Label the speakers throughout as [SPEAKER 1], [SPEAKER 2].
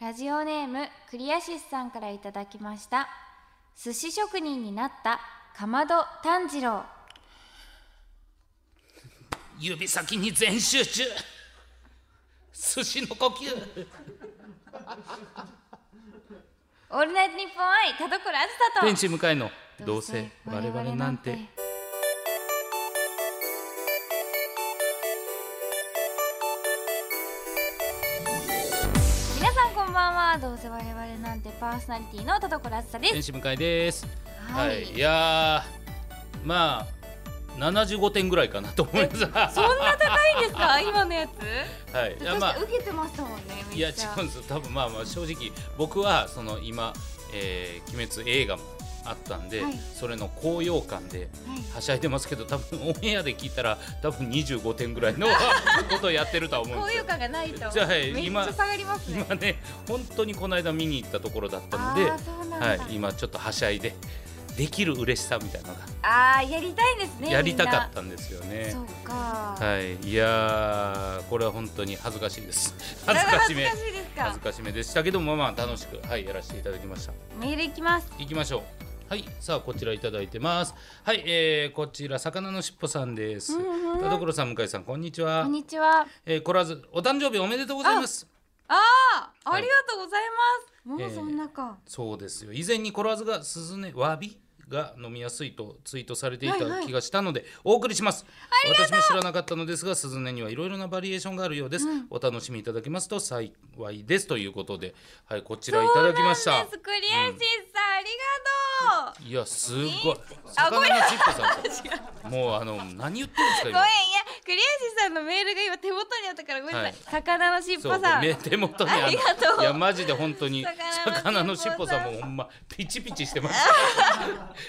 [SPEAKER 1] ラジオネームクリアシスさんからいただきました寿司職人になったかまど炭治郎
[SPEAKER 2] 指先に全集中寿司の呼吸
[SPEAKER 1] オールナイトニッポン愛田所あ
[SPEAKER 2] 天
[SPEAKER 1] ずさ
[SPEAKER 2] 地向かいの
[SPEAKER 1] と
[SPEAKER 2] どうせ我々なんて
[SPEAKER 1] 皆さんこんばんはどうせ我々なんてパーソナリティの田所あずさです
[SPEAKER 2] 天使向かいです
[SPEAKER 1] は
[SPEAKER 2] はいい、い、やーまあ75点ぐらいかなと思い ます
[SPEAKER 1] そんな高いんですか今のやつ
[SPEAKER 2] はいいや
[SPEAKER 1] 私、
[SPEAKER 2] まあ
[SPEAKER 1] 受けてましたもんねめっちゃ
[SPEAKER 2] いや違うんです多分まあまあ正直僕はその今、えー鬼滅」映画もあったんで、
[SPEAKER 1] はい
[SPEAKER 2] それの高揚感で
[SPEAKER 1] はい
[SPEAKER 2] はしゃいでますけど多分オンエアで聞いたら多分25点ぐらいのことをやってるとは思うん
[SPEAKER 1] 高
[SPEAKER 2] です
[SPEAKER 1] 揚
[SPEAKER 2] よ。
[SPEAKER 1] 感がないと
[SPEAKER 2] じゃあはい
[SPEAKER 1] めっち
[SPEAKER 2] 今
[SPEAKER 1] ゃ下がりますね
[SPEAKER 2] 今ね本当にこの間見に行ったところだったので、
[SPEAKER 1] あーそうなんだ
[SPEAKER 2] はい、今ちょっとはしゃいでできる嬉しさみたいなのが
[SPEAKER 1] あーやりたいんですね
[SPEAKER 2] やりたかったんですよね
[SPEAKER 1] みんな。そうか、
[SPEAKER 2] はい、いやーこれは本当に恥ずかしいです。
[SPEAKER 1] だ
[SPEAKER 2] 恥ず
[SPEAKER 1] から
[SPEAKER 2] かしめ
[SPEAKER 1] 恥ずかしいです
[SPEAKER 2] 恥
[SPEAKER 1] か
[SPEAKER 2] ずかしめでしたけどもまあ楽しくはいやらせていただきました。
[SPEAKER 1] メールいきます
[SPEAKER 2] 行きましょう。はい、さあこちらいただいてます。はい、えー、こちら魚のしっぽさんです。田所さん向井さんこんにちは。
[SPEAKER 1] こんにちは
[SPEAKER 2] えー、こらずお誕生日おめでとうございます。
[SPEAKER 1] ああ、
[SPEAKER 2] はい
[SPEAKER 1] ありがとうございますもうそんなか、
[SPEAKER 2] そうですよ。以前にコラーズが鈴ねわびが飲みやすいとツイートされてい
[SPEAKER 1] はいは
[SPEAKER 2] た
[SPEAKER 1] い
[SPEAKER 2] 気がしたのでお送りします。私も知らなかったのですが鈴ねにはいろいろなバリエーションがあるようです。お楽しみいただけますと幸いですということで、はいこちらいただきまし
[SPEAKER 1] そうな
[SPEAKER 2] た
[SPEAKER 1] んで。すクリエイシスさん、ありがとう
[SPEAKER 2] いやすごい。
[SPEAKER 1] あ
[SPEAKER 2] 魚のしっぽさんです。もうあの何言ってるんです
[SPEAKER 1] ご
[SPEAKER 2] か
[SPEAKER 1] めんい
[SPEAKER 2] 今
[SPEAKER 1] や。クリエイシスさんのメールが今手元にあったからごめんなさい、
[SPEAKER 2] はい
[SPEAKER 1] 魚のしっぽ
[SPEAKER 2] そう
[SPEAKER 1] さん
[SPEAKER 2] 目手元にあの
[SPEAKER 1] ありがとう
[SPEAKER 2] いやマジで本当に
[SPEAKER 1] 魚
[SPEAKER 2] 魚
[SPEAKER 1] の
[SPEAKER 2] の
[SPEAKER 1] し
[SPEAKER 2] し
[SPEAKER 1] っ
[SPEAKER 2] っ
[SPEAKER 1] ぽ
[SPEAKER 2] ぽ
[SPEAKER 1] さん
[SPEAKER 2] さんもほんまピチピチしてます。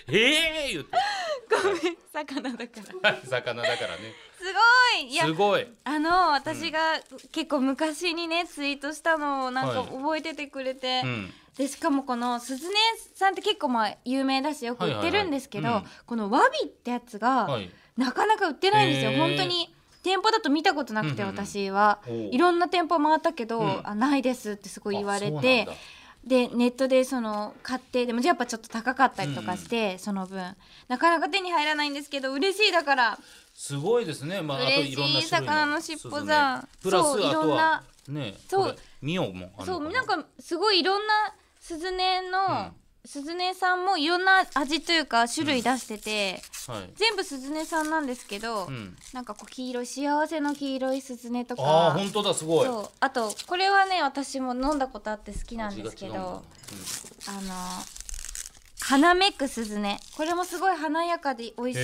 [SPEAKER 2] ええ言って
[SPEAKER 1] ごめん魚だからす
[SPEAKER 2] はい魚だからね。
[SPEAKER 1] ごいいや
[SPEAKER 2] すごい。
[SPEAKER 1] あの私が結構昔にねツイートしたのをなんか
[SPEAKER 2] はい
[SPEAKER 1] 覚えててくれて、
[SPEAKER 2] うん
[SPEAKER 1] でしかもこの鈴音さんって結構まあ有名だしよく売ってるんですけど、
[SPEAKER 2] はいはいは
[SPEAKER 1] このわびってやつが、
[SPEAKER 2] はい。
[SPEAKER 1] なかなか売ってないんですよ
[SPEAKER 2] へー
[SPEAKER 1] 本当に店舗だと見たことなくて、
[SPEAKER 2] うんうんうん
[SPEAKER 1] 私は
[SPEAKER 2] おう
[SPEAKER 1] いろんな店舗回ったけど、
[SPEAKER 2] うん
[SPEAKER 1] あないですってすごい言われ
[SPEAKER 2] あ
[SPEAKER 1] てでネットでその買ってでもやっぱちょっと高かったりとかして、その分なかなか手に入らないんですけど嬉しいだから
[SPEAKER 2] すごいですね。まああと
[SPEAKER 1] 嬉しい
[SPEAKER 2] いろんな種類
[SPEAKER 1] 魚のしっぽさん
[SPEAKER 2] スズメプラス
[SPEAKER 1] そう
[SPEAKER 2] あ
[SPEAKER 1] いろんな
[SPEAKER 2] とはね、
[SPEAKER 1] そう
[SPEAKER 2] これミオもある
[SPEAKER 1] そ
[SPEAKER 2] の
[SPEAKER 1] うな
[SPEAKER 2] か
[SPEAKER 1] んかすごいいろんな鈴音
[SPEAKER 2] う
[SPEAKER 1] の
[SPEAKER 2] ん
[SPEAKER 1] 鈴音さんもいろんな味というか種類出してて、
[SPEAKER 2] はい。
[SPEAKER 1] 全部鈴音さんなんですけど、
[SPEAKER 2] うん
[SPEAKER 1] なんかこう黄色い幸せの黄色い鈴音とか
[SPEAKER 2] ああ本当だすごい。
[SPEAKER 1] そうあとこれはね私も飲んだことあって好きなんですけ
[SPEAKER 2] 味が違うんだな
[SPEAKER 1] どあの花めく鈴音これもすごい華やかで美味しいで
[SPEAKER 2] へ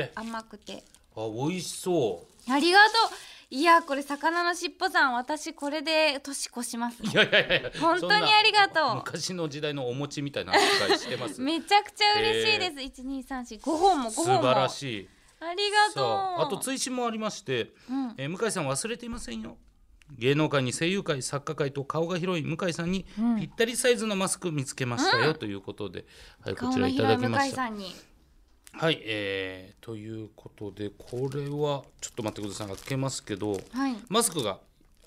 [SPEAKER 2] え
[SPEAKER 1] すよ。甘くて
[SPEAKER 2] あ美味しそう。
[SPEAKER 1] ありがとういやこれ魚のしっぽさん私これで年越しますね
[SPEAKER 2] いやいやいやいや
[SPEAKER 1] 本当に
[SPEAKER 2] そんな
[SPEAKER 1] ありがとう
[SPEAKER 2] 昔の時代のお餅みたいな扱いしてま す
[SPEAKER 1] めちゃくちゃ嬉しいです一二三四五本も
[SPEAKER 2] 素
[SPEAKER 1] 五本も
[SPEAKER 2] 晴らしい
[SPEAKER 1] ありが
[SPEAKER 2] さ
[SPEAKER 1] とう
[SPEAKER 2] ああと追伸もありまして、
[SPEAKER 1] うん
[SPEAKER 2] えー向井さん忘れていませんよ芸能界に声優界作家界と顔が広い向井さんに
[SPEAKER 1] うん
[SPEAKER 2] ぴったりサイズのマスク見つけましたよ、ということで、はい、こ
[SPEAKER 1] 顔
[SPEAKER 2] ち
[SPEAKER 1] の
[SPEAKER 2] らいただ
[SPEAKER 1] 広
[SPEAKER 2] き
[SPEAKER 1] い
[SPEAKER 2] ま
[SPEAKER 1] 向井
[SPEAKER 2] した
[SPEAKER 1] さんに
[SPEAKER 2] はいえー、ということでこれはちょっと待ってください開けますけど
[SPEAKER 1] はい
[SPEAKER 2] マスクが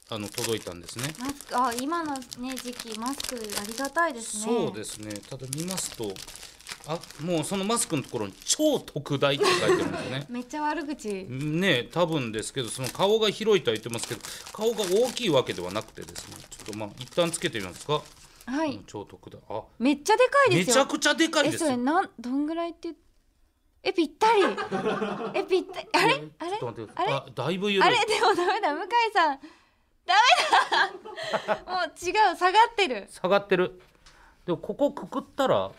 [SPEAKER 2] あの届いたんですね
[SPEAKER 1] マスクあ今のね時期マスクありがたいですね
[SPEAKER 2] そうですねただ見ますとあもうそのマスクのところに「超特大」って書いてあるんですよね
[SPEAKER 1] めっちゃ悪口
[SPEAKER 2] ね多分ですけどその顔が広いとは言ってますけど顔が大きいわけではなくてですねちょっとまあ一旦つけてみますか、
[SPEAKER 1] は
[SPEAKER 2] こ
[SPEAKER 1] い
[SPEAKER 2] の超特大あ
[SPEAKER 1] めっちゃでかいで
[SPEAKER 2] め
[SPEAKER 1] すよ
[SPEAKER 2] ちゃくちゃでかい
[SPEAKER 1] え
[SPEAKER 2] です
[SPEAKER 1] それ
[SPEAKER 2] よ
[SPEAKER 1] なんどんぐらいってえぴった りえぴったりあれあ
[SPEAKER 2] ちょっと
[SPEAKER 1] れ
[SPEAKER 2] 待ってく
[SPEAKER 1] あ
[SPEAKER 2] だ
[SPEAKER 1] れ
[SPEAKER 2] さいあだいぶ緩い
[SPEAKER 1] あれでもダメだ向井さんダ メだもう違う下がってる
[SPEAKER 2] 下がってるでもここくくったら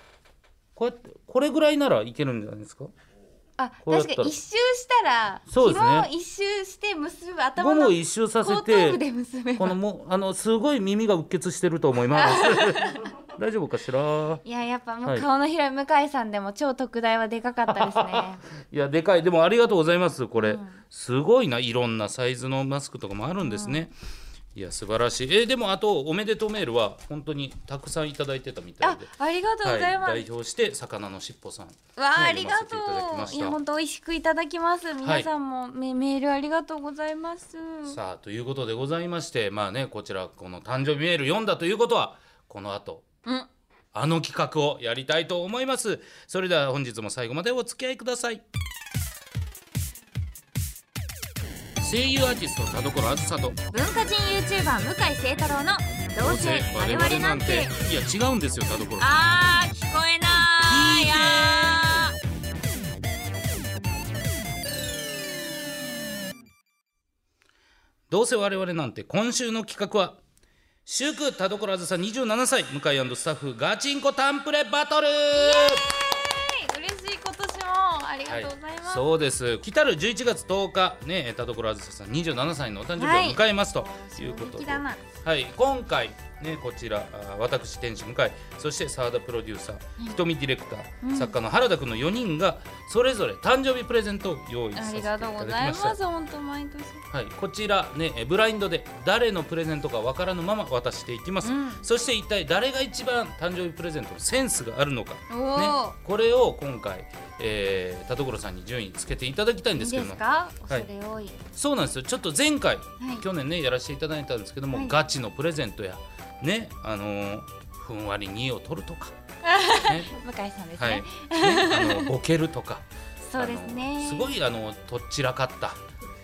[SPEAKER 2] こうやってこれぐらいならいけるんじゃないですか
[SPEAKER 1] あ
[SPEAKER 2] こうやっ
[SPEAKER 1] 確か
[SPEAKER 2] たら
[SPEAKER 1] に一周したら
[SPEAKER 2] そうですね
[SPEAKER 1] 紐を一周して結ぶ頭
[SPEAKER 2] ゴム
[SPEAKER 1] の
[SPEAKER 2] を
[SPEAKER 1] 後
[SPEAKER 2] 一周させ
[SPEAKER 1] 頭部で
[SPEAKER 2] て
[SPEAKER 1] 結べば
[SPEAKER 2] このもうあのすごい耳がうっ血してると思います 大丈夫かしら
[SPEAKER 1] いややっぱも
[SPEAKER 2] は
[SPEAKER 1] う
[SPEAKER 2] い
[SPEAKER 1] 顔の広い向井さんでも超特大はでかかった ですね
[SPEAKER 2] いやでかいでもありがとうございますこれ、すごいないろんなサイズのマスクとかもあるんですね、いや素晴らしいえでもあとおめでとうメールは本当にたくさんいただいてたみたい
[SPEAKER 1] あ
[SPEAKER 2] で、
[SPEAKER 1] ありがとうございます。
[SPEAKER 2] 代表して魚のしっぽさん
[SPEAKER 1] わあ、あ
[SPEAKER 2] ね
[SPEAKER 1] り
[SPEAKER 2] 読
[SPEAKER 1] が
[SPEAKER 2] ま
[SPEAKER 1] とう。い
[SPEAKER 2] せていただきました
[SPEAKER 1] や、本当美味しくいただきます。皆さんも、メメールありがとうございます。
[SPEAKER 2] さあということでございましてまあねこちらこの誕生日メール読んだということはこの後
[SPEAKER 1] うん、
[SPEAKER 2] あの企画をやりたいと思いますそれでは本日も最後までお付き合いください声優アーティスト田所あずさと
[SPEAKER 1] 文化人ユーチューバー向井誠太郎の。どうせ我々なんて。
[SPEAKER 2] いや違うんですよ田所
[SPEAKER 1] あー、聞こえない。いや
[SPEAKER 2] どうせ我々なんて今週の企画は祝田所あずさ27歳向井スタッフガチンコタンプレバトル
[SPEAKER 1] ー。嬉しい、今年も。ありがとうございます。
[SPEAKER 2] そうです来たる11月10日ね田所あずささん27歳のお誕生
[SPEAKER 1] は
[SPEAKER 2] 日
[SPEAKER 1] い
[SPEAKER 2] を迎えますというこ
[SPEAKER 1] 素
[SPEAKER 2] とで、
[SPEAKER 1] 敵だな。
[SPEAKER 2] はい、今回、ね、こちらあー私天使向井そして澤田プロデューサー、瞳ディレクター、作家の原田君の4人がそれぞれ誕生日プレゼントを用意さ
[SPEAKER 1] あ
[SPEAKER 2] せて
[SPEAKER 1] り
[SPEAKER 2] い
[SPEAKER 1] が
[SPEAKER 2] ただ
[SPEAKER 1] とうご
[SPEAKER 2] きまし
[SPEAKER 1] ざい
[SPEAKER 2] た
[SPEAKER 1] ます。本当毎年。
[SPEAKER 2] はい、こちらねえブラインドで誰のプレゼントかわからぬまま渡していきます、
[SPEAKER 1] うん
[SPEAKER 2] そして一体誰が一番誕生日プレゼントのセンスがあるのか、
[SPEAKER 1] お
[SPEAKER 2] ね
[SPEAKER 1] お。、
[SPEAKER 2] これを今回、えー、田所さんに順位つけていただきたいん
[SPEAKER 1] い
[SPEAKER 2] で
[SPEAKER 1] い
[SPEAKER 2] すけど
[SPEAKER 1] で
[SPEAKER 2] も
[SPEAKER 1] すか。恐
[SPEAKER 2] はい
[SPEAKER 1] れ多い。
[SPEAKER 2] そうなんですよちょっと前回、
[SPEAKER 1] い
[SPEAKER 2] 去年ねやらせていただいたんですけども、
[SPEAKER 1] はい
[SPEAKER 2] ガチのプレゼントやねあのーふんわり2を取るとか、 ね
[SPEAKER 1] 向井さんです
[SPEAKER 2] はい
[SPEAKER 1] ね
[SPEAKER 2] ね。あのボケるとか
[SPEAKER 1] そうです
[SPEAKER 2] あ
[SPEAKER 1] ね。
[SPEAKER 2] のすごいあのとっちらかった、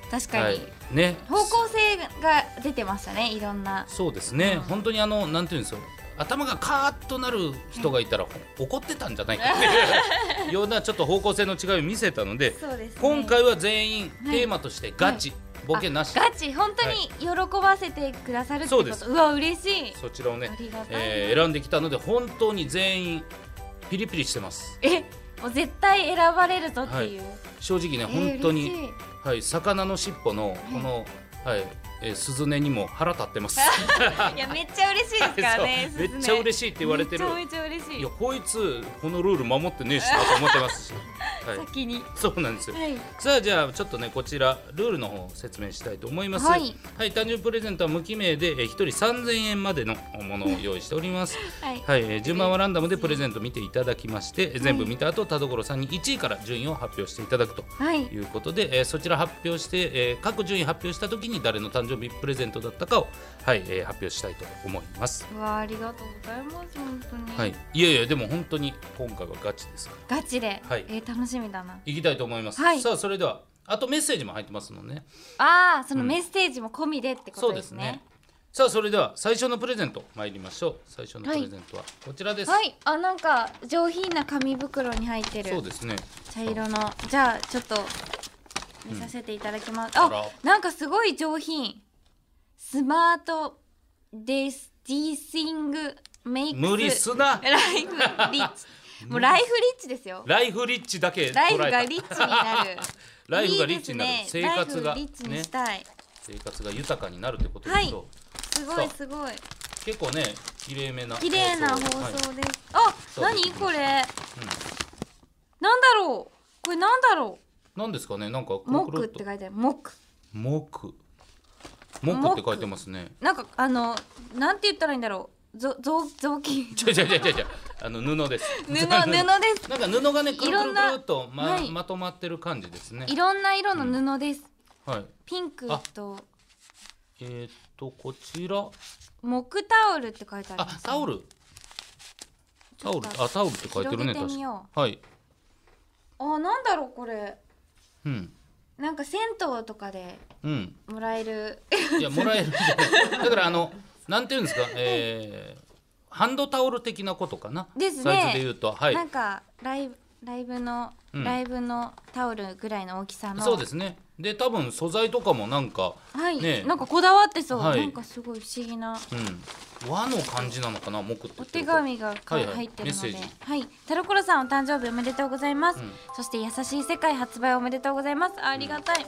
[SPEAKER 1] 確かに、
[SPEAKER 2] ね
[SPEAKER 1] 方向性が出てましたねいろんな
[SPEAKER 2] そうですね、
[SPEAKER 1] うん
[SPEAKER 2] 本当にあのなんていうんですよ頭がカーッとなる人がいたら、怒ってたんじゃないかっていう ようなちょっと方向性の違いを見せたので
[SPEAKER 1] そうですね
[SPEAKER 2] 今回は全員
[SPEAKER 1] はい
[SPEAKER 2] テーマとしてガチ、ボケなし
[SPEAKER 1] あガチ本当に喜ばせてくださるって
[SPEAKER 2] そ
[SPEAKER 1] こ
[SPEAKER 2] うで
[SPEAKER 1] と、
[SPEAKER 2] す
[SPEAKER 1] うわ嬉しい
[SPEAKER 2] そちらをね
[SPEAKER 1] ありがたいな
[SPEAKER 2] えー選んできたので本当に全員ピリピリしてます
[SPEAKER 1] えもう絶対選ばれるぞっていう、
[SPEAKER 2] 正直ね
[SPEAKER 1] えー
[SPEAKER 2] 本当に、
[SPEAKER 1] 嬉しい
[SPEAKER 2] はい、魚の尻尾のこの、はいえー、スズネにも腹立ってます
[SPEAKER 1] いやめっちゃ嬉しいですからね
[SPEAKER 2] そうめっちゃ嬉
[SPEAKER 1] しいっ
[SPEAKER 2] しいって言われてる
[SPEAKER 1] めっちゃめちゃ嬉し
[SPEAKER 2] い
[SPEAKER 1] い
[SPEAKER 2] やこいつこのルール守ってねえしなと思って ますし、はい、
[SPEAKER 1] 先には
[SPEAKER 2] そうなんですよ
[SPEAKER 1] い
[SPEAKER 2] さあじゃあちょっとねこちらルールの方を説明したいと思いますは
[SPEAKER 1] はいい、
[SPEAKER 2] 誕生日プレゼントは無記名でえー一人3000円までのものを用意しております
[SPEAKER 1] はい
[SPEAKER 2] はい、えー順番はランダムでプレゼント見ていただきまして、えー全部見た後田所さんに1位から順位を発表していただくと
[SPEAKER 1] はい
[SPEAKER 2] いうことで、えーそちら発表して、えー各順位発表した時に誰の誕生日プレゼントだったかを、はいえー発表したいと思います、
[SPEAKER 1] うわありがとうございます本当に、
[SPEAKER 2] はい、いやいやでも本当に今回はガチですから
[SPEAKER 1] ガチで、
[SPEAKER 2] はい
[SPEAKER 1] えー楽しみだない
[SPEAKER 2] きたいと思います、
[SPEAKER 1] はい
[SPEAKER 2] さあそれではあとメッセージも入ってますのでね
[SPEAKER 1] ああその
[SPEAKER 2] うん
[SPEAKER 1] メッセージも込みでってこ
[SPEAKER 2] そ
[SPEAKER 1] と
[SPEAKER 2] う
[SPEAKER 1] で
[SPEAKER 2] ですす
[SPEAKER 1] ね
[SPEAKER 2] ねさあそれでは最初のプレゼント参りましょう最初のプレゼントはこちらです、
[SPEAKER 1] はいあなんか上品な紙袋に入ってる
[SPEAKER 2] そうですね
[SPEAKER 1] 茶色のじゃあちょっと見させていただきます、
[SPEAKER 2] あら
[SPEAKER 1] あなんかすごい上品スマートデスディーシングメイク
[SPEAKER 2] 無理すな
[SPEAKER 1] ライフリッ チもうライフリッチですよ
[SPEAKER 2] ライフリッチだけ捉えた
[SPEAKER 1] ライフがリッチになる
[SPEAKER 2] ライフがリッチになる
[SPEAKER 1] いいですね
[SPEAKER 2] 生活が
[SPEAKER 1] ライフリッチにしたい、
[SPEAKER 2] 生活が豊かになるってことですけど、
[SPEAKER 1] はすごいすごい
[SPEAKER 2] 結構ね綺麗めな
[SPEAKER 1] 綺麗な放送
[SPEAKER 2] はい
[SPEAKER 1] です、あ
[SPEAKER 2] そうです
[SPEAKER 1] 何これ、なんだろうこれなんだろ
[SPEAKER 2] なんですかねなんか
[SPEAKER 1] う木って書
[SPEAKER 2] いて
[SPEAKER 1] いてある木
[SPEAKER 2] 木木って書いてますね
[SPEAKER 1] なんかあのなんて言ったらいいんだろうぞぞ雑 巾
[SPEAKER 2] ちゃちゃちゃちゃちゃあの布です
[SPEAKER 1] 布布です
[SPEAKER 2] なんか布がねくるくるくるっとま,、
[SPEAKER 1] はい
[SPEAKER 2] まとまってる感じですね
[SPEAKER 1] いろんな色の布です、
[SPEAKER 2] はい
[SPEAKER 1] ピンクと
[SPEAKER 2] えー、っとこちら
[SPEAKER 1] 木タオルって書いてあります、
[SPEAKER 2] あタオルタオル
[SPEAKER 1] ちょっと
[SPEAKER 2] あタオルって書いてるね
[SPEAKER 1] 広げて
[SPEAKER 2] 確
[SPEAKER 1] みよ
[SPEAKER 2] かはい
[SPEAKER 1] あなんだろうこれ
[SPEAKER 2] うん
[SPEAKER 1] なんか銭湯とかで
[SPEAKER 2] うん
[SPEAKER 1] もらえる
[SPEAKER 2] いやもらえるんじゃないだからあのなんていうんですか、えー、ハンドタオル的なことかな
[SPEAKER 1] ですね
[SPEAKER 2] サイズで言うとは い
[SPEAKER 1] なんかライブライブの、
[SPEAKER 2] うん
[SPEAKER 1] ライブのタオルぐらいの大きさの
[SPEAKER 2] そうですねで多分素材とかもなんか、
[SPEAKER 1] はい、
[SPEAKER 2] ね
[SPEAKER 1] なんかこだわってそう、
[SPEAKER 2] はい
[SPEAKER 1] なんかすごい不思議な
[SPEAKER 2] うん、和の感じなのかな木って
[SPEAKER 1] お
[SPEAKER 2] 言って
[SPEAKER 1] 手
[SPEAKER 2] るから
[SPEAKER 1] 紙がか
[SPEAKER 2] はいはい
[SPEAKER 1] 入ってるので
[SPEAKER 2] メッセージ、
[SPEAKER 1] はい、タロコロさんお誕生日おめでとうございます。
[SPEAKER 2] うん
[SPEAKER 1] そして優しい世界発売おめでとうございます。あありがたい。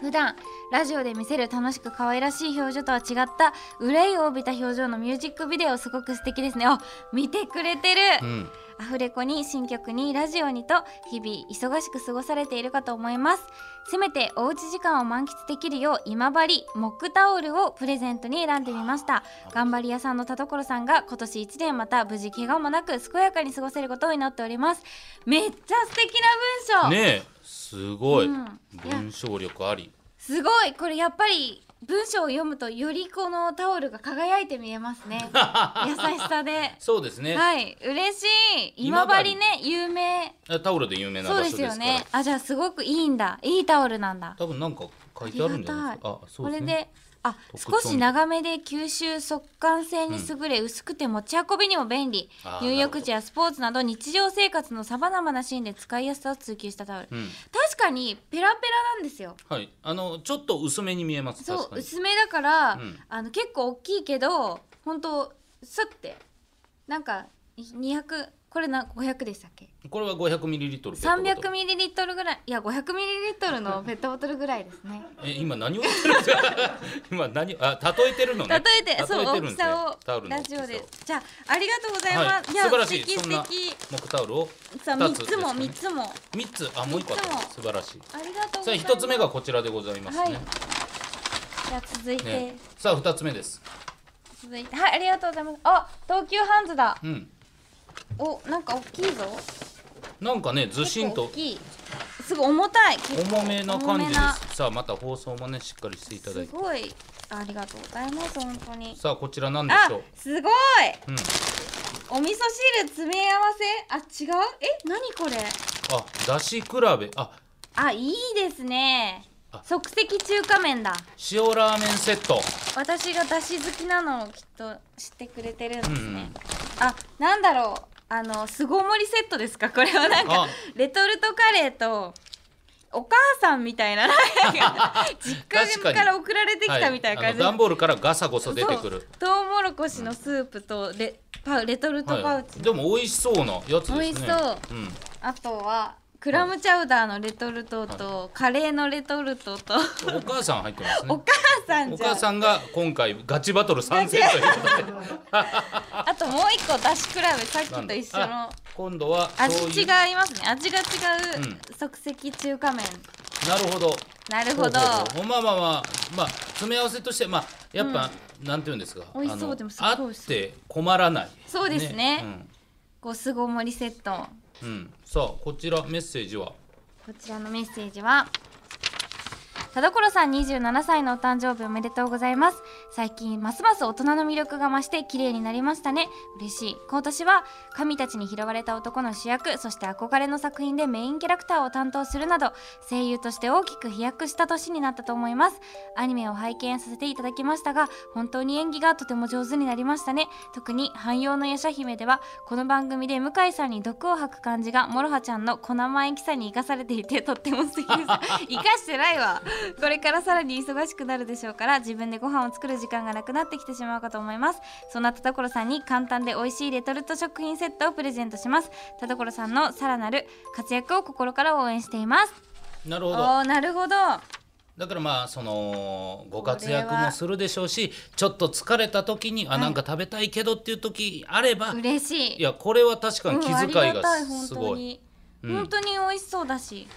[SPEAKER 1] 普段ラジオで見せる楽しく可愛らしい表情とは違った憂いを帯びた表情のミュージックビデオすごく素敵ですねあ見てくれてる、
[SPEAKER 2] うん、
[SPEAKER 1] アフレコに新曲にラジオにと日々忙しく過ごされているかと思いますせめておうち時間を満喫できるよう今治モックタオルをプレゼントに選んでみました頑張り屋さんの田所さんが今年1年また無事怪我もなく健やかに過ごせることを祈っておりますめっちゃ素敵な文章、
[SPEAKER 2] ねえすごい、
[SPEAKER 1] うんいや
[SPEAKER 2] 文章力あり
[SPEAKER 1] すごいこれやっぱり文章を読むとよりこのタオルが輝いて見えますね優しさで
[SPEAKER 2] そうですね、
[SPEAKER 1] はい嬉しい今
[SPEAKER 2] 今治
[SPEAKER 1] 治ね有名
[SPEAKER 2] タオルで有名な場
[SPEAKER 1] そう
[SPEAKER 2] 所
[SPEAKER 1] で
[SPEAKER 2] です
[SPEAKER 1] す
[SPEAKER 2] から
[SPEAKER 1] よねあじゃあすごくいいんだいいタオルなんだ
[SPEAKER 2] 多分なんか書いてあるんじゃないですか
[SPEAKER 1] ありが
[SPEAKER 2] あ
[SPEAKER 1] たい
[SPEAKER 2] そう
[SPEAKER 1] こ
[SPEAKER 2] です
[SPEAKER 1] れ
[SPEAKER 2] ね
[SPEAKER 1] であ
[SPEAKER 2] 特徴
[SPEAKER 1] 少し長めで吸収速乾性に優れ、薄くて持ち運びにも便利
[SPEAKER 2] あー
[SPEAKER 1] 入浴時やスポーツなど日常生活のさまざまなシーンで使いやすさを追求したタオル、
[SPEAKER 2] うん
[SPEAKER 1] 確かにペラペラなんですよ
[SPEAKER 2] はいあのちょっと薄めに見えます
[SPEAKER 1] そ
[SPEAKER 2] 確か
[SPEAKER 1] う
[SPEAKER 2] に
[SPEAKER 1] 薄めだから、
[SPEAKER 2] うん
[SPEAKER 1] あの結構大きいけど本当スッてなんか200これな500でしたっけ
[SPEAKER 2] これは5 0 0トル
[SPEAKER 1] 300ミリリットルぐらいいや500ミリリットルのペットボトルぐらいですね
[SPEAKER 2] え今何を言ってるんですか 今何あ例えてるの
[SPEAKER 1] 例
[SPEAKER 2] ね
[SPEAKER 1] えてそう
[SPEAKER 2] て
[SPEAKER 1] 大き
[SPEAKER 2] るんですね
[SPEAKER 1] さ
[SPEAKER 2] タオ
[SPEAKER 1] を
[SPEAKER 2] ルの
[SPEAKER 1] ラ
[SPEAKER 2] 大き
[SPEAKER 1] ジ
[SPEAKER 2] さを
[SPEAKER 1] オでじゃあありがとうござい
[SPEAKER 2] は
[SPEAKER 1] ま
[SPEAKER 2] い
[SPEAKER 1] す、いや、
[SPEAKER 2] 素晴らしい
[SPEAKER 1] 素敵
[SPEAKER 2] そ
[SPEAKER 1] 素
[SPEAKER 2] んな
[SPEAKER 1] 敵
[SPEAKER 2] 木タオルを
[SPEAKER 1] さあ
[SPEAKER 2] 二
[SPEAKER 1] 三つ
[SPEAKER 2] つ
[SPEAKER 1] も
[SPEAKER 2] ですね
[SPEAKER 1] 三つも
[SPEAKER 2] 三つあもう一個あった
[SPEAKER 1] 三つも
[SPEAKER 2] 素晴らしい
[SPEAKER 1] ありがとうござ
[SPEAKER 2] さあ
[SPEAKER 1] います
[SPEAKER 2] 一つ目がこちらでございます
[SPEAKER 1] はい
[SPEAKER 2] ね,、
[SPEAKER 1] じゃあ続いて、
[SPEAKER 2] ねさあ二つ目です
[SPEAKER 1] 続いてはいありがとうございますあ東急ハンズだ
[SPEAKER 2] うん
[SPEAKER 1] おなんか大きいぞ
[SPEAKER 2] なんかねずしん
[SPEAKER 1] 結構大
[SPEAKER 2] と
[SPEAKER 1] きいすごい重たい結構
[SPEAKER 2] 重めな感
[SPEAKER 1] 重
[SPEAKER 2] じ
[SPEAKER 1] め
[SPEAKER 2] で
[SPEAKER 1] な
[SPEAKER 2] すさあまた放送もねしっかりしていただい
[SPEAKER 1] す
[SPEAKER 2] て
[SPEAKER 1] ごいありがとうございます本当に
[SPEAKER 2] さあこちら何で
[SPEAKER 1] あ
[SPEAKER 2] しょう
[SPEAKER 1] すごい
[SPEAKER 2] うん
[SPEAKER 1] お味噌汁詰め合わせあ違うえ何これ
[SPEAKER 2] あだし比べあ
[SPEAKER 1] あいいですね
[SPEAKER 2] あ
[SPEAKER 1] 即席中華麺だ
[SPEAKER 2] 塩ラーメンセット
[SPEAKER 1] 私がだし好きなのをきっと知ってくれてるんですね、
[SPEAKER 2] うんうん
[SPEAKER 1] あなんだろうあの巣ごもりセットですかこれはなん
[SPEAKER 2] あ
[SPEAKER 1] かレトルトカレーとお母さんみたいななんか 実
[SPEAKER 2] 確か
[SPEAKER 1] 家
[SPEAKER 2] に
[SPEAKER 1] から送られてきたみたいな
[SPEAKER 2] はあ
[SPEAKER 1] 感
[SPEAKER 2] の
[SPEAKER 1] じ、
[SPEAKER 2] 段ボールからガサゴソ出てくる
[SPEAKER 1] そうトウモロコシのスープとレ,、パウレトルトパウチ、
[SPEAKER 2] はい、でも美味しそうなやつですね、
[SPEAKER 1] 美味しそう
[SPEAKER 2] ん、
[SPEAKER 1] あとはクラムチャウダーのレトルトと、カレーのレトルトと、
[SPEAKER 2] お母さん入ってます ね
[SPEAKER 1] お母さん
[SPEAKER 2] お
[SPEAKER 1] じゃ
[SPEAKER 2] 母
[SPEAKER 1] ん
[SPEAKER 2] さんが今回ガチバトル参戦ということで
[SPEAKER 1] あともう一個だし比べさっきと一緒
[SPEAKER 2] あ
[SPEAKER 1] の
[SPEAKER 2] 今度は
[SPEAKER 1] 味
[SPEAKER 2] そう
[SPEAKER 1] 違
[SPEAKER 2] いう
[SPEAKER 1] いますね味が違う、
[SPEAKER 2] うん
[SPEAKER 1] 即席中華麺
[SPEAKER 2] なるほど
[SPEAKER 1] なるほど
[SPEAKER 2] ほうほうほうまあまあまあまあ詰め合わせとしてまあやっぱ、なんていうんですか
[SPEAKER 1] 美味しそう
[SPEAKER 2] あの
[SPEAKER 1] でもすごい
[SPEAKER 2] あ
[SPEAKER 1] 美味
[SPEAKER 2] っ
[SPEAKER 1] しそう
[SPEAKER 2] て困らない
[SPEAKER 1] そうですねこうすご盛りセット
[SPEAKER 2] うん、うん、さあこちらメッセージは
[SPEAKER 1] こちらのメッセージは田所さん27歳のお誕生日おめでとうございます最近ますます大人の魅力が増して綺麗になりましたね嬉しい今年は神たちに拾われた男の主役そして憧れの作品でメインキャラクターを担当するなど声優として大きく飛躍した年になったと思いますアニメを拝見させていただきましたが本当に演技がとても上手になりましたね特に汎用の夜叉姫ではこの番組で向井さんに毒を吐く感じがもろはちゃんの小生演技さに生かされていてとっても 素敵です生かしてないわこれからさらに忙しくなるでしょうから自分でご飯を作る時間がなくなってきてしまうかと思いますそんな田所さんに簡単で美味しいレトルト食品セットをプレゼントします田所さんのさらなる活躍を心から応援しています
[SPEAKER 2] なるほ
[SPEAKER 1] お
[SPEAKER 2] ど
[SPEAKER 1] ーなるほど
[SPEAKER 2] だからまあそのご活躍もするでしょうしちょっと疲れた時にあなんか食べたいけどっていう時あれば、い、
[SPEAKER 1] 嬉しい
[SPEAKER 2] やこれは確かに気
[SPEAKER 1] うんあ
[SPEAKER 2] 遣
[SPEAKER 1] り
[SPEAKER 2] い
[SPEAKER 1] がた
[SPEAKER 2] が
[SPEAKER 1] い本
[SPEAKER 2] す
[SPEAKER 1] 当
[SPEAKER 2] ごい、
[SPEAKER 1] に本当に美味しそうだし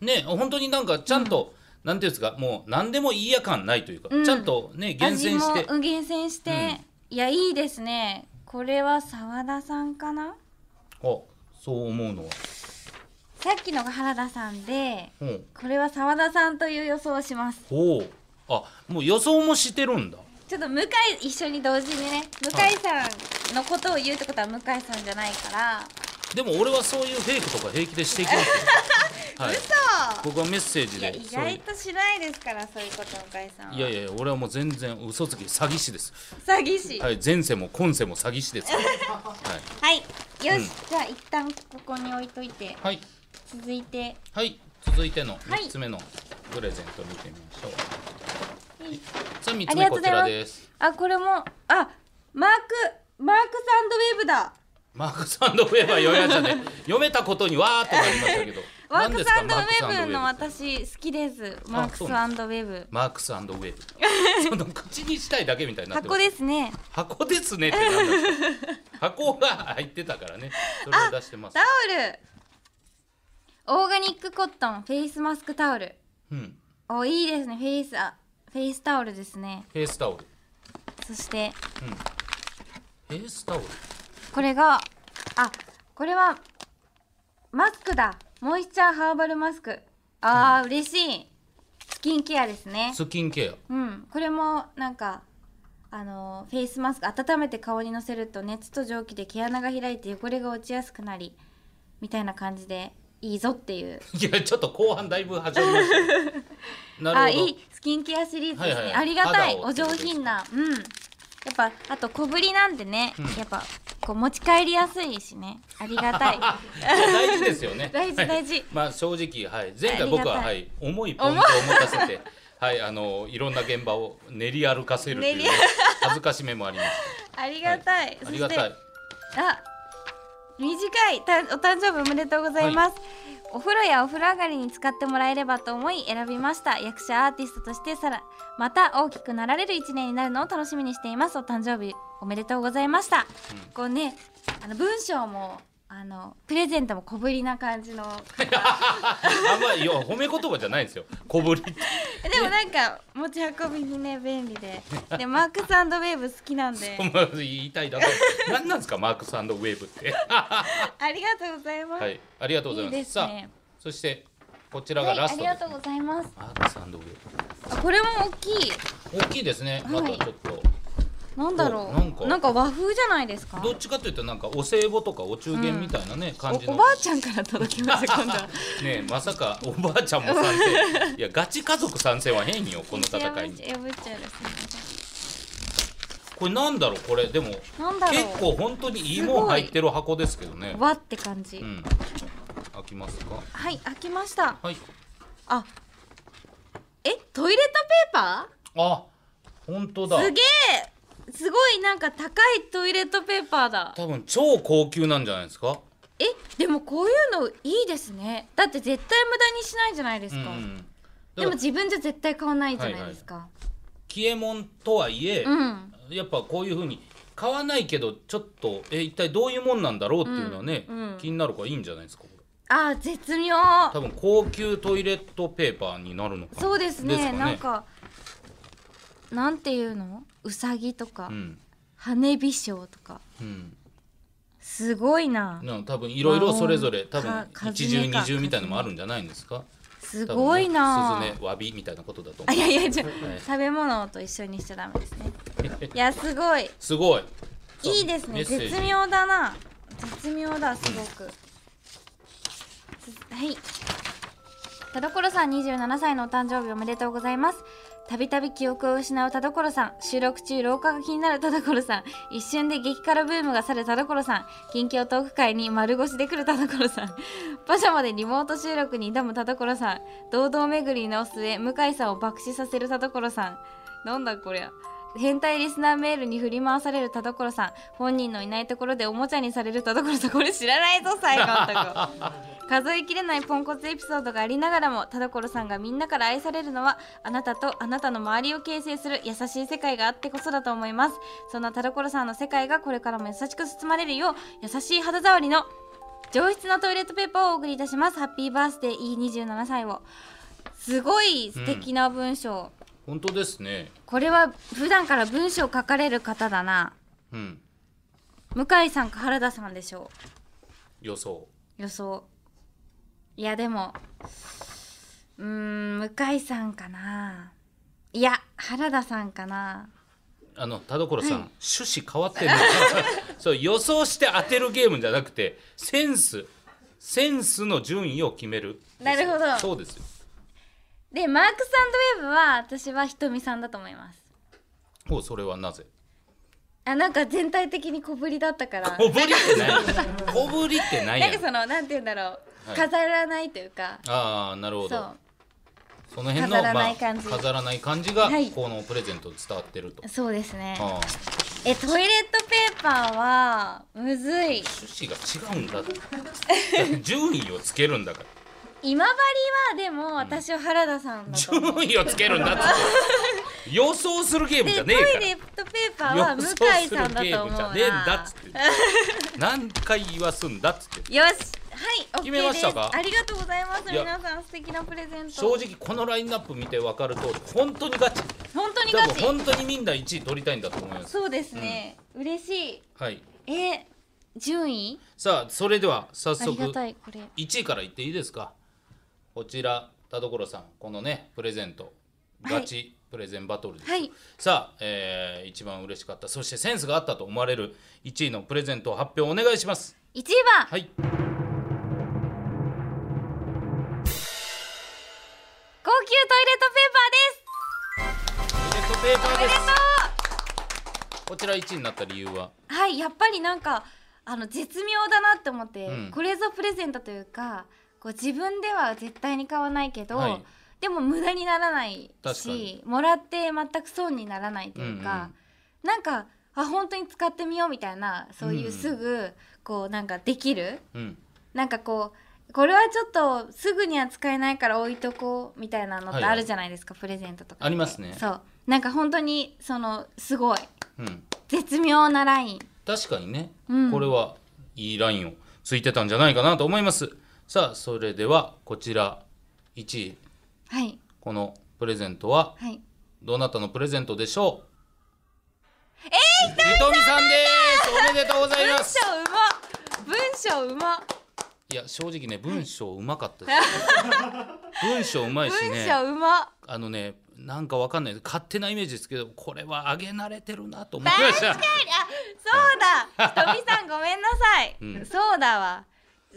[SPEAKER 2] ね本当になんかちゃんと、なんていうんですかもう何でもいいや感ないというか、
[SPEAKER 1] うん
[SPEAKER 2] ちゃんとね厳
[SPEAKER 1] 味
[SPEAKER 2] 選し
[SPEAKER 1] も
[SPEAKER 2] て
[SPEAKER 1] うん厳選していやいいですねこれは澤田さんかな
[SPEAKER 2] あそう思うのは、
[SPEAKER 1] さっきのが原田さんで
[SPEAKER 2] うん、
[SPEAKER 1] これは澤田さんという予想をします
[SPEAKER 2] ほうあもう予想もしてるんだ
[SPEAKER 1] ちょっと向井一緒に同時にね向
[SPEAKER 2] はい
[SPEAKER 1] 井さんのことを言うってことは向井さんじゃないから
[SPEAKER 2] でも俺はそういうフェイクとか平気でしていきます よ、はい、
[SPEAKER 1] 嘘
[SPEAKER 2] 僕はメッセージ
[SPEAKER 1] いや
[SPEAKER 2] で
[SPEAKER 1] 意
[SPEAKER 2] そういう
[SPEAKER 1] 外としないですからそういうこと向井さんはい
[SPEAKER 2] やいやいや俺はもう全然嘘つき詐欺師です
[SPEAKER 1] 詐欺師
[SPEAKER 2] はい、前世も今世も詐欺師です。はい、
[SPEAKER 1] はいよし、
[SPEAKER 2] うん
[SPEAKER 1] じゃあ一旦ここに置いといて
[SPEAKER 2] はい、
[SPEAKER 1] 続いて
[SPEAKER 2] はい、続いての
[SPEAKER 1] はい
[SPEAKER 2] 三つ目のプレゼント見てみましょう。
[SPEAKER 1] いい
[SPEAKER 2] さあ、三
[SPEAKER 1] あ
[SPEAKER 2] つ
[SPEAKER 1] りがと
[SPEAKER 2] 目
[SPEAKER 1] う
[SPEAKER 2] こ
[SPEAKER 1] ご
[SPEAKER 2] ち
[SPEAKER 1] ざいます
[SPEAKER 2] らです。
[SPEAKER 1] あこれもあマークマークサンドウェーブだ
[SPEAKER 2] マークサンドウェーバー読めじゃね、読めたことにわーっとなりましたけど。
[SPEAKER 1] ワークスウ
[SPEAKER 2] 何ですかマークスウェブ
[SPEAKER 1] ェ
[SPEAKER 2] っ
[SPEAKER 1] ブ
[SPEAKER 2] て
[SPEAKER 1] の私好きですマークスウ
[SPEAKER 2] そうなん
[SPEAKER 1] ェブ
[SPEAKER 2] マークスウェブその口にしたいだけみたいになってま
[SPEAKER 1] 箱
[SPEAKER 2] す
[SPEAKER 1] ですね
[SPEAKER 2] 箱ですねってなんです か箱が入ってたからねそれを出してます
[SPEAKER 1] タオルオーガニックコットンフェイスマスクタオル
[SPEAKER 2] うん
[SPEAKER 1] おいいですねフェイスあフェイスタオルですね
[SPEAKER 2] フェイスタオル
[SPEAKER 1] そして
[SPEAKER 2] フェイスタオル
[SPEAKER 1] これがあこれはマスクだモイスチャーハーバルマスクあー、嬉しいスキンケアですね
[SPEAKER 2] スキンケ
[SPEAKER 1] うんこれもなんかあのーフェイスマスク温めて顔にのせると熱と蒸気で毛穴が開いて汚れが落ちやすくなりみたいな感じでいいぞっていう
[SPEAKER 2] アいやちょっと後半だいぶ始まりましたよな
[SPEAKER 1] あ
[SPEAKER 2] るほど
[SPEAKER 1] いいスキンケアシリーズですね、
[SPEAKER 2] はいはい
[SPEAKER 1] ありがたい
[SPEAKER 2] 肌を
[SPEAKER 1] お上品なうんやっぱあと小ぶりなんでね、
[SPEAKER 2] うん
[SPEAKER 1] やっぱこう持ち帰りやすいしねありが たい
[SPEAKER 2] 大事ですよね
[SPEAKER 1] 大事
[SPEAKER 2] はい
[SPEAKER 1] 大事
[SPEAKER 2] まあ正直はい前回僕はは
[SPEAKER 1] あ
[SPEAKER 2] い重いポイントを持たせてはいあのいろんな現場を練り歩かせるっていう、ね
[SPEAKER 1] 練り、
[SPEAKER 2] 恥ずかしめもありまし
[SPEAKER 1] ありがたい、
[SPEAKER 2] たありがたい
[SPEAKER 1] あ短いたお誕生日おめでとうございます、お風呂やお風呂上がりに使ってもらえればと思い選びました役者アーティストとしてさらまた大きくなられる一年になるのを楽しみにしていますお誕生日おめでとうございました、
[SPEAKER 2] うん
[SPEAKER 1] こうねあの文章もあのプレゼントも小ぶりな感 じの
[SPEAKER 2] あんまいや褒め言葉じゃないんですよ小ぶりって
[SPEAKER 1] えでもなんか持ち運びにね便利 ででマークスウェーブ好きなんで
[SPEAKER 2] まあ言いた いだけ何なんですかマークスウェーブって
[SPEAKER 1] ありがとうございます、、
[SPEAKER 2] はいい、ありがとうございます。
[SPEAKER 1] いいです
[SPEAKER 2] さ
[SPEAKER 1] ね
[SPEAKER 2] あ、そしてこちら
[SPEAKER 1] は
[SPEAKER 2] が
[SPEAKER 1] い
[SPEAKER 2] ラ
[SPEAKER 1] あ
[SPEAKER 2] スト
[SPEAKER 1] り
[SPEAKER 2] で
[SPEAKER 1] が
[SPEAKER 2] す、
[SPEAKER 1] とうございます
[SPEAKER 2] マークサンドウェ
[SPEAKER 1] あこれも大きい
[SPEAKER 2] ブ。大きいですね。
[SPEAKER 1] は
[SPEAKER 2] ま
[SPEAKER 1] い
[SPEAKER 2] たちょっと、
[SPEAKER 1] なんだろ
[SPEAKER 2] お
[SPEAKER 1] う
[SPEAKER 2] な
[SPEAKER 1] なんん
[SPEAKER 2] か
[SPEAKER 1] か和風じゃないですか
[SPEAKER 2] どっちかというとなんかお歳暮とかお中元みたいなね、
[SPEAKER 1] お
[SPEAKER 2] 感じの。
[SPEAKER 1] おばあちゃんから届きま した今度は
[SPEAKER 2] ねえまさかおばあちゃんも参 戦。いやガチ家族参戦は変よこの戦いに。
[SPEAKER 1] やぶっちゃうですね
[SPEAKER 2] これなんだろうこれでも
[SPEAKER 1] なんだろう
[SPEAKER 2] 結構本当にいいもん入ってる箱ですけどね。
[SPEAKER 1] 和って感じ、
[SPEAKER 2] うん。開きますか。
[SPEAKER 1] はい開きました
[SPEAKER 2] はい。
[SPEAKER 1] あえトイレットペーパ
[SPEAKER 2] あ、本当だ
[SPEAKER 1] ー。すげえすごいなんか高いトイレットペーパーだ
[SPEAKER 2] 多分超高級なんじゃないですか。
[SPEAKER 1] えでもこういうのいいですねだって絶対無駄にしないじゃないです
[SPEAKER 2] うんう
[SPEAKER 1] か、
[SPEAKER 2] ん。だ
[SPEAKER 1] で
[SPEAKER 2] か
[SPEAKER 1] も
[SPEAKER 2] ら
[SPEAKER 1] 自分じゃ絶対買わないじゃないですか、
[SPEAKER 2] 消えもんとはいえ。
[SPEAKER 1] うん
[SPEAKER 2] やっぱこういうふうに買わないけどちょっとえ一体どういうもんなんだろうっていうのはね、
[SPEAKER 1] うんうん
[SPEAKER 2] 気になるからいいんじゃないですかこれ
[SPEAKER 1] あー絶妙
[SPEAKER 2] 多分高級トイレットペーパーになるのかな
[SPEAKER 1] そうですね
[SPEAKER 2] か
[SPEAKER 1] なんかなんていうのうさぎとか、
[SPEAKER 2] うん
[SPEAKER 1] 羽火章とか
[SPEAKER 2] うん、
[SPEAKER 1] すごいな
[SPEAKER 2] なんか多分いろいろそれぞれ
[SPEAKER 1] か
[SPEAKER 2] 多分
[SPEAKER 1] か
[SPEAKER 2] 一重
[SPEAKER 1] 数ねか
[SPEAKER 2] 二重みたいのもあるんじゃないんですか
[SPEAKER 1] すごいな、
[SPEAKER 2] 多分ね、スズメわびみたいなことだと
[SPEAKER 1] あ
[SPEAKER 2] 思う
[SPEAKER 1] いやいやじゃあ
[SPEAKER 2] はい
[SPEAKER 1] 食べ物と一緒にしちゃダメですねいやすごい
[SPEAKER 2] すごい そう
[SPEAKER 1] いいです
[SPEAKER 2] メ
[SPEAKER 1] ね
[SPEAKER 2] ッセージ
[SPEAKER 1] 絶妙だな絶妙だすごく、はい田所さん27歳のお誕生日おめでとうございますたびたび記憶を失う田所さん収録中廊下が気になる田所さん一瞬で激辛ブームが去る田所さん近況トーク会に丸腰で来る田所さんパジャマでリモート収録に挑む田所さん堂々巡りの末向井さんを爆死させる田所さんなんだこりゃ変態リスナーメールに振り回される田所さん本人のいないところでおもちゃにされる田所さんこれ知らないぞ最後のとこ数えきれないポンコツエピソードがありながらも田所さんがみんなから愛されるのはあなたとあなたの周りを形成する優しい世界があってこそだと思いますそんな田所さんの世界がこれからも優しく包まれるよう優しい肌触りの上質なトイレットペーパーをお送りいたしますハッピーバースデー E27 歳をすごい素敵な文章、
[SPEAKER 2] 本当ですね
[SPEAKER 1] これは普段から文章書かれる方だな
[SPEAKER 2] うん
[SPEAKER 1] 向井さんか原田さんでしょう
[SPEAKER 2] 予想
[SPEAKER 1] 予想いやでもうーん向井さんかないや原田さんかな
[SPEAKER 2] あの田所さん、趣旨変わって るそう予想して当てるゲームじゃなくてセンスセンスの順位を決める
[SPEAKER 1] なるほど
[SPEAKER 2] そうですよ
[SPEAKER 1] でマークスウェーブは私はひとみさんだと思います
[SPEAKER 2] おそれはなぜ
[SPEAKER 1] あなんか全体的に小ぶりだったから
[SPEAKER 2] 小ぶりってない小ぶりってない
[SPEAKER 1] なん
[SPEAKER 2] や
[SPEAKER 1] か
[SPEAKER 2] ん
[SPEAKER 1] そのなんて言うんだろう、
[SPEAKER 2] はい
[SPEAKER 1] 飾らないというか
[SPEAKER 2] ああなるほ
[SPEAKER 1] そ
[SPEAKER 2] ど
[SPEAKER 1] う
[SPEAKER 2] その辺の
[SPEAKER 1] 飾らない感じ
[SPEAKER 2] まあ、飾らない感じが、
[SPEAKER 1] はい
[SPEAKER 2] このプレゼントで伝わってると、
[SPEAKER 1] そうですね
[SPEAKER 2] ああ
[SPEAKER 1] えトイレットペーパーはむずい
[SPEAKER 2] 趣旨が違うんだって順位をつけるんだから
[SPEAKER 1] 今治はでも私は原田さんだと思う、
[SPEAKER 2] 順位をつけるんだっつって予想するゲームじ
[SPEAKER 1] で
[SPEAKER 2] ゃ
[SPEAKER 1] ト
[SPEAKER 2] ね
[SPEAKER 1] イ
[SPEAKER 2] え
[SPEAKER 1] レとペーパ
[SPEAKER 2] か
[SPEAKER 1] ー
[SPEAKER 2] ら
[SPEAKER 1] は
[SPEAKER 2] 予
[SPEAKER 1] 向
[SPEAKER 2] 想
[SPEAKER 1] 井
[SPEAKER 2] す
[SPEAKER 1] さ
[SPEAKER 2] る
[SPEAKER 1] んだ
[SPEAKER 2] ゲ
[SPEAKER 1] と
[SPEAKER 2] ー
[SPEAKER 1] 思
[SPEAKER 2] ム
[SPEAKER 1] う
[SPEAKER 2] じゃ
[SPEAKER 1] な
[SPEAKER 2] ねえんだっつって何回言わすんだっつって
[SPEAKER 1] よしはい OK
[SPEAKER 2] 決めましたか
[SPEAKER 1] ですありがとうございます
[SPEAKER 2] いや
[SPEAKER 1] 皆さん素敵なプレゼント
[SPEAKER 2] 正直このラインナップ見て分かると本当にガチ
[SPEAKER 1] 本当に
[SPEAKER 2] 多
[SPEAKER 1] ガ
[SPEAKER 2] 分
[SPEAKER 1] チ
[SPEAKER 2] 本当にみんな1位取りたいんだと思います
[SPEAKER 1] そうですね、嬉し
[SPEAKER 2] はい
[SPEAKER 1] いえ順位
[SPEAKER 2] さあそれでは早
[SPEAKER 1] あり
[SPEAKER 2] 速
[SPEAKER 1] がたいこれ
[SPEAKER 2] 1位から言っていいですかこちら田所さんこのねプレゼント
[SPEAKER 1] はい
[SPEAKER 2] ガチプレゼンバトルです、
[SPEAKER 1] はい
[SPEAKER 2] さあ、えー一番嬉しかったそしてセンスがあったと思われる1位のプレゼントを発表お願いします
[SPEAKER 1] 1位は、
[SPEAKER 2] はい
[SPEAKER 1] 高級トイレットペーパーです
[SPEAKER 2] トイレット
[SPEAKER 1] お
[SPEAKER 2] ペーパー
[SPEAKER 1] め
[SPEAKER 2] で
[SPEAKER 1] ですと
[SPEAKER 2] こちら1位になった理由は
[SPEAKER 1] うはいやっぱりなんかあの絶妙だなって思って、
[SPEAKER 2] うん
[SPEAKER 1] これぞプレゼントというかこう自分では絶対に買わないけど、
[SPEAKER 2] はい
[SPEAKER 1] でも無駄にならない
[SPEAKER 2] 確か
[SPEAKER 1] し
[SPEAKER 2] に
[SPEAKER 1] もらって全く損にならないというか、なんかあ本当に使ってみようみたいなそういううんすぐこうなんかできる、
[SPEAKER 2] うん
[SPEAKER 1] なんかこうこれはちょっとすぐには使えないから置いとこうみたいなのってあるじゃないですか、プレゼントとかって
[SPEAKER 2] ありますね
[SPEAKER 1] そうなんか本当にそのすごい
[SPEAKER 2] うん
[SPEAKER 1] 絶妙なライン
[SPEAKER 2] 確かにね、
[SPEAKER 1] うん
[SPEAKER 2] これはいいラインをついてたんじゃないかなと思いますさあそれではこちら1位
[SPEAKER 1] はい
[SPEAKER 2] このプレゼントは
[SPEAKER 1] はい
[SPEAKER 2] どなたのプレゼントでしょうえー、ひとみさんですおめでとうござい
[SPEAKER 1] 文
[SPEAKER 2] ます
[SPEAKER 1] 章うま文章うま
[SPEAKER 2] いや正直ね文章うまかったです 文章うまいし
[SPEAKER 1] 文
[SPEAKER 2] ね
[SPEAKER 1] 章うま
[SPEAKER 2] あのねなんかわかんないです勝手なイメージですけどこれは上げ慣れてるなと思いました
[SPEAKER 1] そうだひとみさんごめんなさい、
[SPEAKER 2] うん
[SPEAKER 1] そうだわ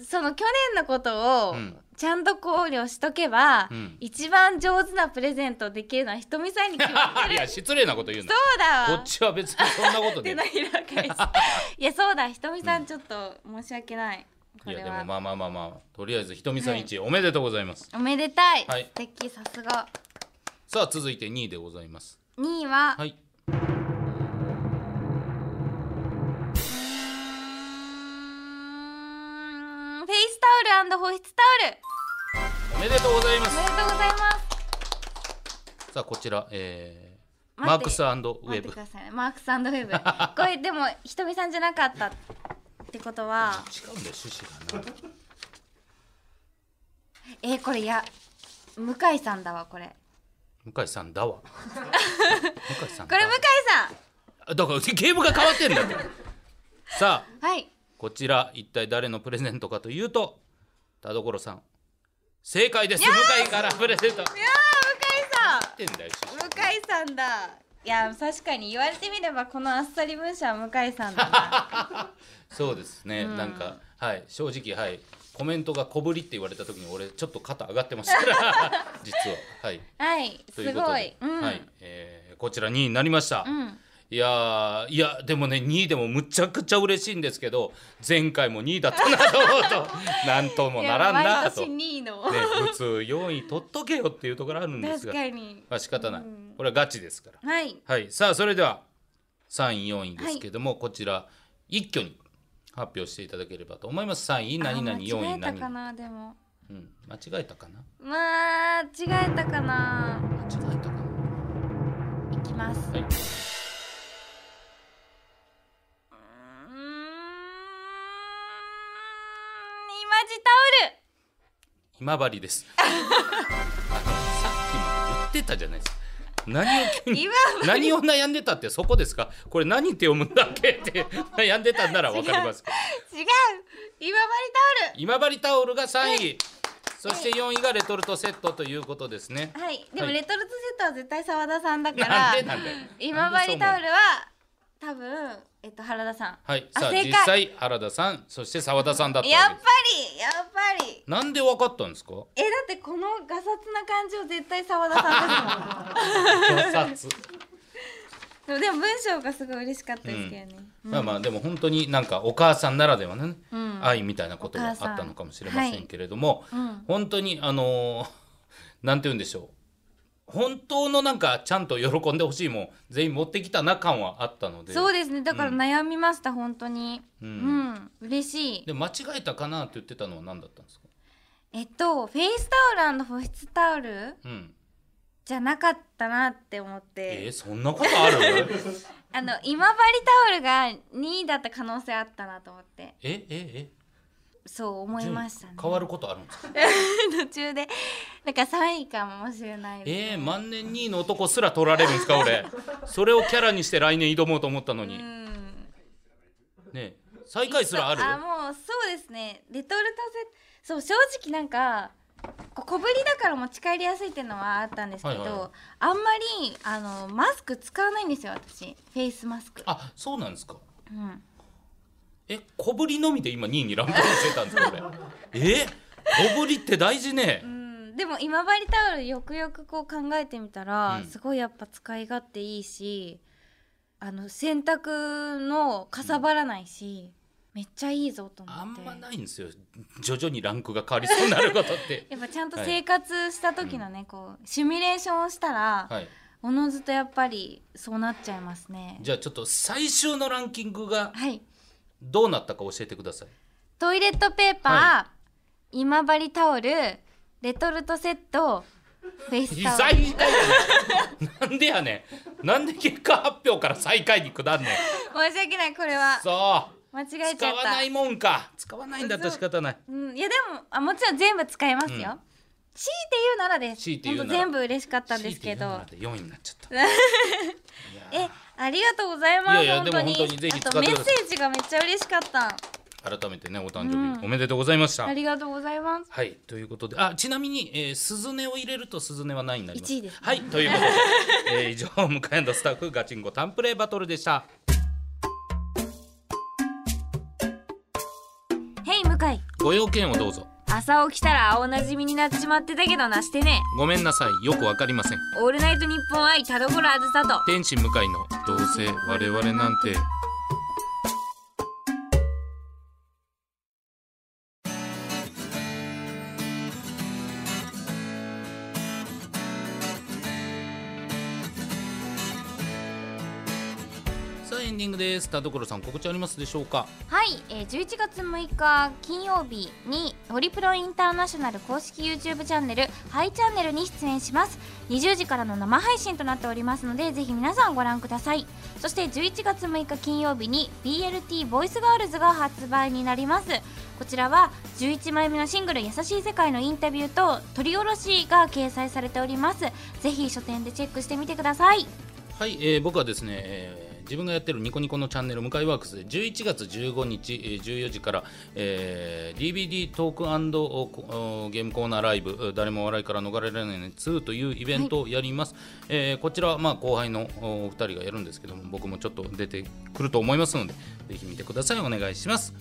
[SPEAKER 1] その去年のことを
[SPEAKER 2] うん
[SPEAKER 1] ちゃんと考慮しとけば、
[SPEAKER 2] うん
[SPEAKER 1] 一番上手なプレゼントできるのはひとみさんに 決まっ
[SPEAKER 2] いや失礼なこと言う
[SPEAKER 1] そ
[SPEAKER 2] な
[SPEAKER 1] うだ
[SPEAKER 2] こ
[SPEAKER 1] わ
[SPEAKER 2] っちは別にそんなこと
[SPEAKER 1] 手
[SPEAKER 2] で
[SPEAKER 1] のひら返しいやそうだひとみさんちょっと申し訳ないこ
[SPEAKER 2] い
[SPEAKER 1] れ
[SPEAKER 2] やで
[SPEAKER 1] は
[SPEAKER 2] もまあまあまあまあとりあえずひとみさん
[SPEAKER 1] はい
[SPEAKER 2] 1位、おめでとうございます
[SPEAKER 1] おめでたい、
[SPEAKER 2] はい
[SPEAKER 1] 素敵さすが
[SPEAKER 2] さあ続いて2位でございます
[SPEAKER 1] 2位は、
[SPEAKER 2] はい
[SPEAKER 1] うーんフェイスタオル保湿タオル
[SPEAKER 2] おめでとうございま
[SPEAKER 1] お
[SPEAKER 2] す
[SPEAKER 1] めでとうございます
[SPEAKER 2] さあこちら、えー、
[SPEAKER 1] 待
[SPEAKER 2] マー
[SPEAKER 1] って
[SPEAKER 2] クスウェ
[SPEAKER 1] 待って
[SPEAKER 2] ブ
[SPEAKER 1] くださいねマークスウェ ブこれでもひとみさんじゃなかったってことは
[SPEAKER 2] 違うんだよ趣旨がな
[SPEAKER 1] えー、これいや向井さんだわこれ
[SPEAKER 2] 向井さんだわ向井さん
[SPEAKER 1] こ
[SPEAKER 2] だ
[SPEAKER 1] れ
[SPEAKER 2] わ
[SPEAKER 1] 向井
[SPEAKER 2] あだからゲームが変わってんだってさあ
[SPEAKER 1] さんはい
[SPEAKER 2] こちら一体誰のプレゼントかというと田所さん正解です向井からプレゼントっ
[SPEAKER 1] いやー向井さん
[SPEAKER 2] てんだよ趣旨
[SPEAKER 1] 向井さんだいや確かに言われてみればこのあっさり文章は向井さんだ な
[SPEAKER 2] そうですね、なんかはい正直はいコメントが小ぶりって言われた時に俺ちょっと肩上がってました 実ははい
[SPEAKER 1] はい
[SPEAKER 2] と
[SPEAKER 1] す
[SPEAKER 2] いうこと
[SPEAKER 1] ごい
[SPEAKER 2] で、
[SPEAKER 1] うん、
[SPEAKER 2] はいえーこちら2位になりました、
[SPEAKER 1] うん
[SPEAKER 2] いやーいやでもね2位でもむちゃくちゃ嬉しいんですけど前回も2位だったなと思う となんとも
[SPEAKER 1] い
[SPEAKER 2] な
[SPEAKER 1] や
[SPEAKER 2] らんな
[SPEAKER 1] 毎
[SPEAKER 2] と、
[SPEAKER 1] 年
[SPEAKER 2] ね、
[SPEAKER 1] 2位の、
[SPEAKER 2] 普通4位取っとけよっていうところあるんです
[SPEAKER 1] 確
[SPEAKER 2] が
[SPEAKER 1] かに
[SPEAKER 2] まあ仕方ない、
[SPEAKER 1] うん
[SPEAKER 2] これはガチですから
[SPEAKER 1] はい
[SPEAKER 2] はいさあそれでは3位4位ですけども、こちら一挙に発表していただければと思います3位何
[SPEAKER 1] あ間
[SPEAKER 2] 々4
[SPEAKER 1] 違
[SPEAKER 2] 位
[SPEAKER 1] えた
[SPEAKER 2] 何
[SPEAKER 1] か
[SPEAKER 2] 々、
[SPEAKER 1] なでも
[SPEAKER 2] うん、間違えたかな
[SPEAKER 1] まあ違えたかな
[SPEAKER 2] 間違えたかない
[SPEAKER 1] きます
[SPEAKER 2] はいう
[SPEAKER 1] ーん今治
[SPEAKER 2] 今治 ですあのさっきまで言ってたじゃないですか何を
[SPEAKER 1] タオル今
[SPEAKER 2] 何を悩んでたってそこですかこれ何って読むんだっけ って悩んでたんならわかりますけど
[SPEAKER 1] 違う今治タオル
[SPEAKER 2] 今治タオルが3位そして4位がレトルトセットということですね
[SPEAKER 1] はいでも
[SPEAKER 2] はい
[SPEAKER 1] レトルトセットは絶対澤田さんだから
[SPEAKER 2] なんでなんだよ
[SPEAKER 1] 今
[SPEAKER 2] なんでそう
[SPEAKER 1] 治
[SPEAKER 2] 思う
[SPEAKER 1] タオルは多分えっと原田さん
[SPEAKER 2] はい
[SPEAKER 1] あ
[SPEAKER 2] さあ
[SPEAKER 1] 正解
[SPEAKER 2] 実際原田さんそして澤田さんだった
[SPEAKER 1] やっ
[SPEAKER 2] わ
[SPEAKER 1] ぱ
[SPEAKER 2] けです
[SPEAKER 1] りやっぱり
[SPEAKER 2] なんでわかったんですか
[SPEAKER 1] えだってこのガサツな感じを絶対澤田さんですもんでもでも文章がすごい嬉しかったですけどね、うん
[SPEAKER 2] まあまあでも本当になんかお母さんならではのね、
[SPEAKER 1] うん
[SPEAKER 2] 愛みたいなことがあったのかもしれませんけれども、
[SPEAKER 1] うん
[SPEAKER 2] 本当にあのーなんて言うんでしょう本当のなんかちゃんと喜んでほしいもん全員持ってきたな感はあったので
[SPEAKER 1] そうですねだから悩みました、本当に
[SPEAKER 2] う
[SPEAKER 1] うんん、嬉しい
[SPEAKER 2] で間違えたかなって言ってたのは何だったんですか
[SPEAKER 1] えっとフェイスタオル保湿タオル
[SPEAKER 2] うん。
[SPEAKER 1] じゃなかったなって思っ
[SPEAKER 2] えー
[SPEAKER 1] て、
[SPEAKER 2] そんなことある？
[SPEAKER 1] あの今治タオルが2位だった可能性あったなと思って
[SPEAKER 2] えええ
[SPEAKER 1] そう思い
[SPEAKER 2] 順位
[SPEAKER 1] ましたね
[SPEAKER 2] 変わることあるんですか？
[SPEAKER 1] 途中でなんか3位かもしれないです
[SPEAKER 2] えー、万年2位の男すら取られるんですか俺？それをキャラにして来年挑もうと思ったのに、
[SPEAKER 1] う
[SPEAKER 2] ね
[SPEAKER 1] ん
[SPEAKER 2] え最下位すらある？
[SPEAKER 1] あもうそうですねレトルトセそう正直なんかこう小ぶりだから持ち帰りやすいっていうのはあったんですけど、
[SPEAKER 2] はいはい
[SPEAKER 1] あんまりあのマスク使わないんですよ私フェイスマスク、
[SPEAKER 2] あそうなんですか。
[SPEAKER 1] うん、
[SPEAKER 2] え小ぶりのみで今2位にランクインしてたんですか俺？え小ぶりって大事ね
[SPEAKER 1] う。んでも今治タオルよくよくこう考えてみたら、
[SPEAKER 2] うん
[SPEAKER 1] すごいやっぱ使い勝手いいしあの洗濯のかさばらないし、めっちゃいいぞと思って
[SPEAKER 2] あんまないんですよ徐々にランクが変わりそうになることって。
[SPEAKER 1] やっぱちゃんと生活した時のね、こうシミュレーションをしたら、
[SPEAKER 2] はい、
[SPEAKER 1] おのずとやっぱりそうなっちゃいますね
[SPEAKER 2] じゃあちょっと最終のランキングが
[SPEAKER 1] はい
[SPEAKER 2] どうなったか教えてください。
[SPEAKER 1] トイレットペーパー、
[SPEAKER 2] は
[SPEAKER 1] 今治タオルレトルトセットフェイスタオル
[SPEAKER 2] 最下位だねなんでやね ん。なんで結果発表から最下位に下んねん。
[SPEAKER 1] 申し訳ないこれは
[SPEAKER 2] そ
[SPEAKER 1] 間違
[SPEAKER 2] う。
[SPEAKER 1] えち
[SPEAKER 2] 使
[SPEAKER 1] ゃっ
[SPEAKER 2] わ
[SPEAKER 1] た
[SPEAKER 2] ないもんか。使わないんだったら仕方ない。
[SPEAKER 1] うん、いやでもあもちろん全部使えますよ、
[SPEAKER 2] うん
[SPEAKER 1] 強いて言うならです
[SPEAKER 2] 強いて言うなら
[SPEAKER 1] ほんと全部嬉しかったんですけど
[SPEAKER 2] 4位になっ ちゃった。い
[SPEAKER 1] え
[SPEAKER 2] や
[SPEAKER 1] ありがとうございます
[SPEAKER 2] いやいやでも
[SPEAKER 1] 本当
[SPEAKER 2] 本
[SPEAKER 1] に
[SPEAKER 2] 当にぜひ使
[SPEAKER 1] あ
[SPEAKER 2] っ
[SPEAKER 1] と
[SPEAKER 2] て
[SPEAKER 1] メ
[SPEAKER 2] ください
[SPEAKER 1] ッセージがめっちゃ嬉しかった
[SPEAKER 2] ー改めてねお誕生日、
[SPEAKER 1] うん
[SPEAKER 2] おめでとうございました
[SPEAKER 1] あ。りがとうございます
[SPEAKER 2] はいということであちなみに、えー、鈴音を入れると鈴音は何になります
[SPEAKER 1] 一位ですね
[SPEAKER 2] はいということで、え ー、以上向かいのスタッフガチンコタンプレイバトルでした。
[SPEAKER 1] ヘイ向井
[SPEAKER 2] ご用件をどうぞ
[SPEAKER 1] 朝起きたら青なじみになってしまってたけどなしてね
[SPEAKER 2] ごめんなさいよくわかりません
[SPEAKER 1] オールナイトニッポン愛田所あずさと
[SPEAKER 2] 天使向かいのどうせ我々なんてさあエンディングです田所さん告知ありますでしょうか
[SPEAKER 1] はい、えー、11月6日金曜日にホリプロインターナショナル公式 YouTube チャンネル「ハイチャンネル」に出演します20時からの生配信となっておりますのでぜひ皆さんご覧くださいそして11月6日金曜日に BLT ボイスガールズが発売になりますこちらは11枚目のシングル「優しい世界」のインタビューと取り下ろしが掲載されておりますぜひ書店でチェックしてみてください
[SPEAKER 2] はい、えー僕はですね、えー自分がやってるニコニコのチャンネル「向かいワークス」で11月15日、えー14時から、えー DVD トークおこゲームコーナーライブ「えー誰も笑いから逃れられない2」というイベントをやります、えーこちらはまあ後輩のおお二人がやるんですけども僕もちょっと出てくると思いますのでぜひ見てくださいお願いします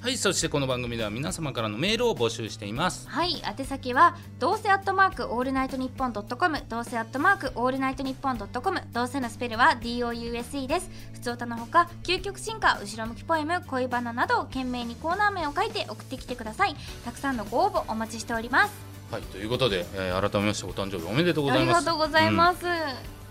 [SPEAKER 2] はいそしてこの番組では皆様からのメールを募集しています
[SPEAKER 1] はい宛先はどうせアットマークオールナイトニッポンドットコムどうせアットマークオールナイトニッポンドットコムどうせのスペルは DOUSE です普通歌のほか究極進化後ろ向きポエム恋バナなど懸命にコーナー名を書いて送ってきてくださいたくさんのご応募お待ちしております
[SPEAKER 2] はいということで、えー改めましてお誕生日おめでとうご
[SPEAKER 1] あ
[SPEAKER 2] ざい
[SPEAKER 1] り
[SPEAKER 2] ます
[SPEAKER 1] がとうございます、い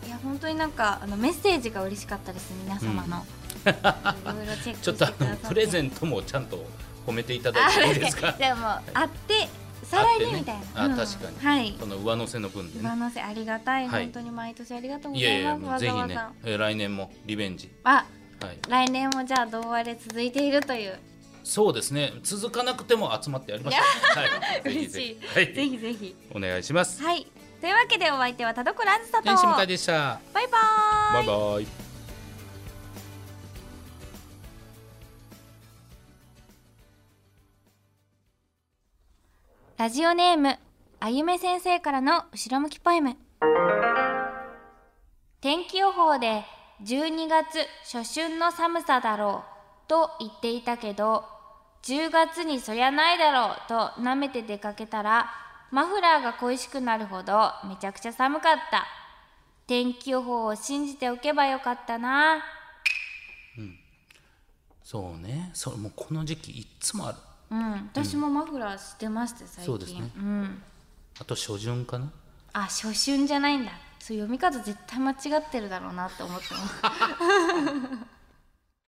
[SPEAKER 1] や本当になんかあのメッセージが嬉しかったです皆様の、いろいろチェック
[SPEAKER 2] ち
[SPEAKER 1] し
[SPEAKER 2] ょ
[SPEAKER 1] く
[SPEAKER 2] ってと
[SPEAKER 1] だ
[SPEAKER 2] あ
[SPEAKER 1] さって
[SPEAKER 2] のプレゼントもちゃんと褒めていただ
[SPEAKER 1] あ
[SPEAKER 2] いていいで
[SPEAKER 1] 確
[SPEAKER 2] す
[SPEAKER 1] か
[SPEAKER 2] か
[SPEAKER 1] に。じゃあもうあって再来でみたいな、
[SPEAKER 2] あってね
[SPEAKER 1] うん
[SPEAKER 2] あ確かに
[SPEAKER 1] はい
[SPEAKER 2] この上乗せの分でね
[SPEAKER 1] 上。乗せありがたい、
[SPEAKER 2] はい
[SPEAKER 1] 本当に毎年ありがとうご
[SPEAKER 2] い
[SPEAKER 1] ざ
[SPEAKER 2] やい
[SPEAKER 1] いま
[SPEAKER 2] や
[SPEAKER 1] す
[SPEAKER 2] もうぜひ
[SPEAKER 1] わ
[SPEAKER 2] ね
[SPEAKER 1] ざわ、
[SPEAKER 2] えー来年もリベンジ。
[SPEAKER 1] ざあ
[SPEAKER 2] はい。
[SPEAKER 1] 来年もじゃあ同割れ続いているという
[SPEAKER 2] そうですね。続かなくても集まってやりましょう。は い。ぜひぜひ。は
[SPEAKER 1] ぜ
[SPEAKER 2] い。
[SPEAKER 1] ひぜひ
[SPEAKER 2] お願いします。
[SPEAKER 1] はいというわけでお相手は田所あずさと
[SPEAKER 2] 天使向
[SPEAKER 1] バ
[SPEAKER 2] か
[SPEAKER 1] イ
[SPEAKER 2] いでした。
[SPEAKER 1] バイ
[SPEAKER 2] バイバイ。
[SPEAKER 1] ラジオネームあゆめ先生からの後ろ向きポエム天気予報で12月初春の寒さだろうと言っていたけど10月にそりゃないだろうと舐めて出かけたらマフラーが恋しくなるほどめちゃくちゃ寒かった天気予報を信じておけばよかったな
[SPEAKER 2] そうね。それもうこの時期いっつもある。
[SPEAKER 1] うん私もマフラーしてました最近
[SPEAKER 2] そうですね
[SPEAKER 1] ん、
[SPEAKER 2] あと初旬かな。
[SPEAKER 1] あ初春じゃないんだそう読み方絶対間違ってるだろうなって思ってます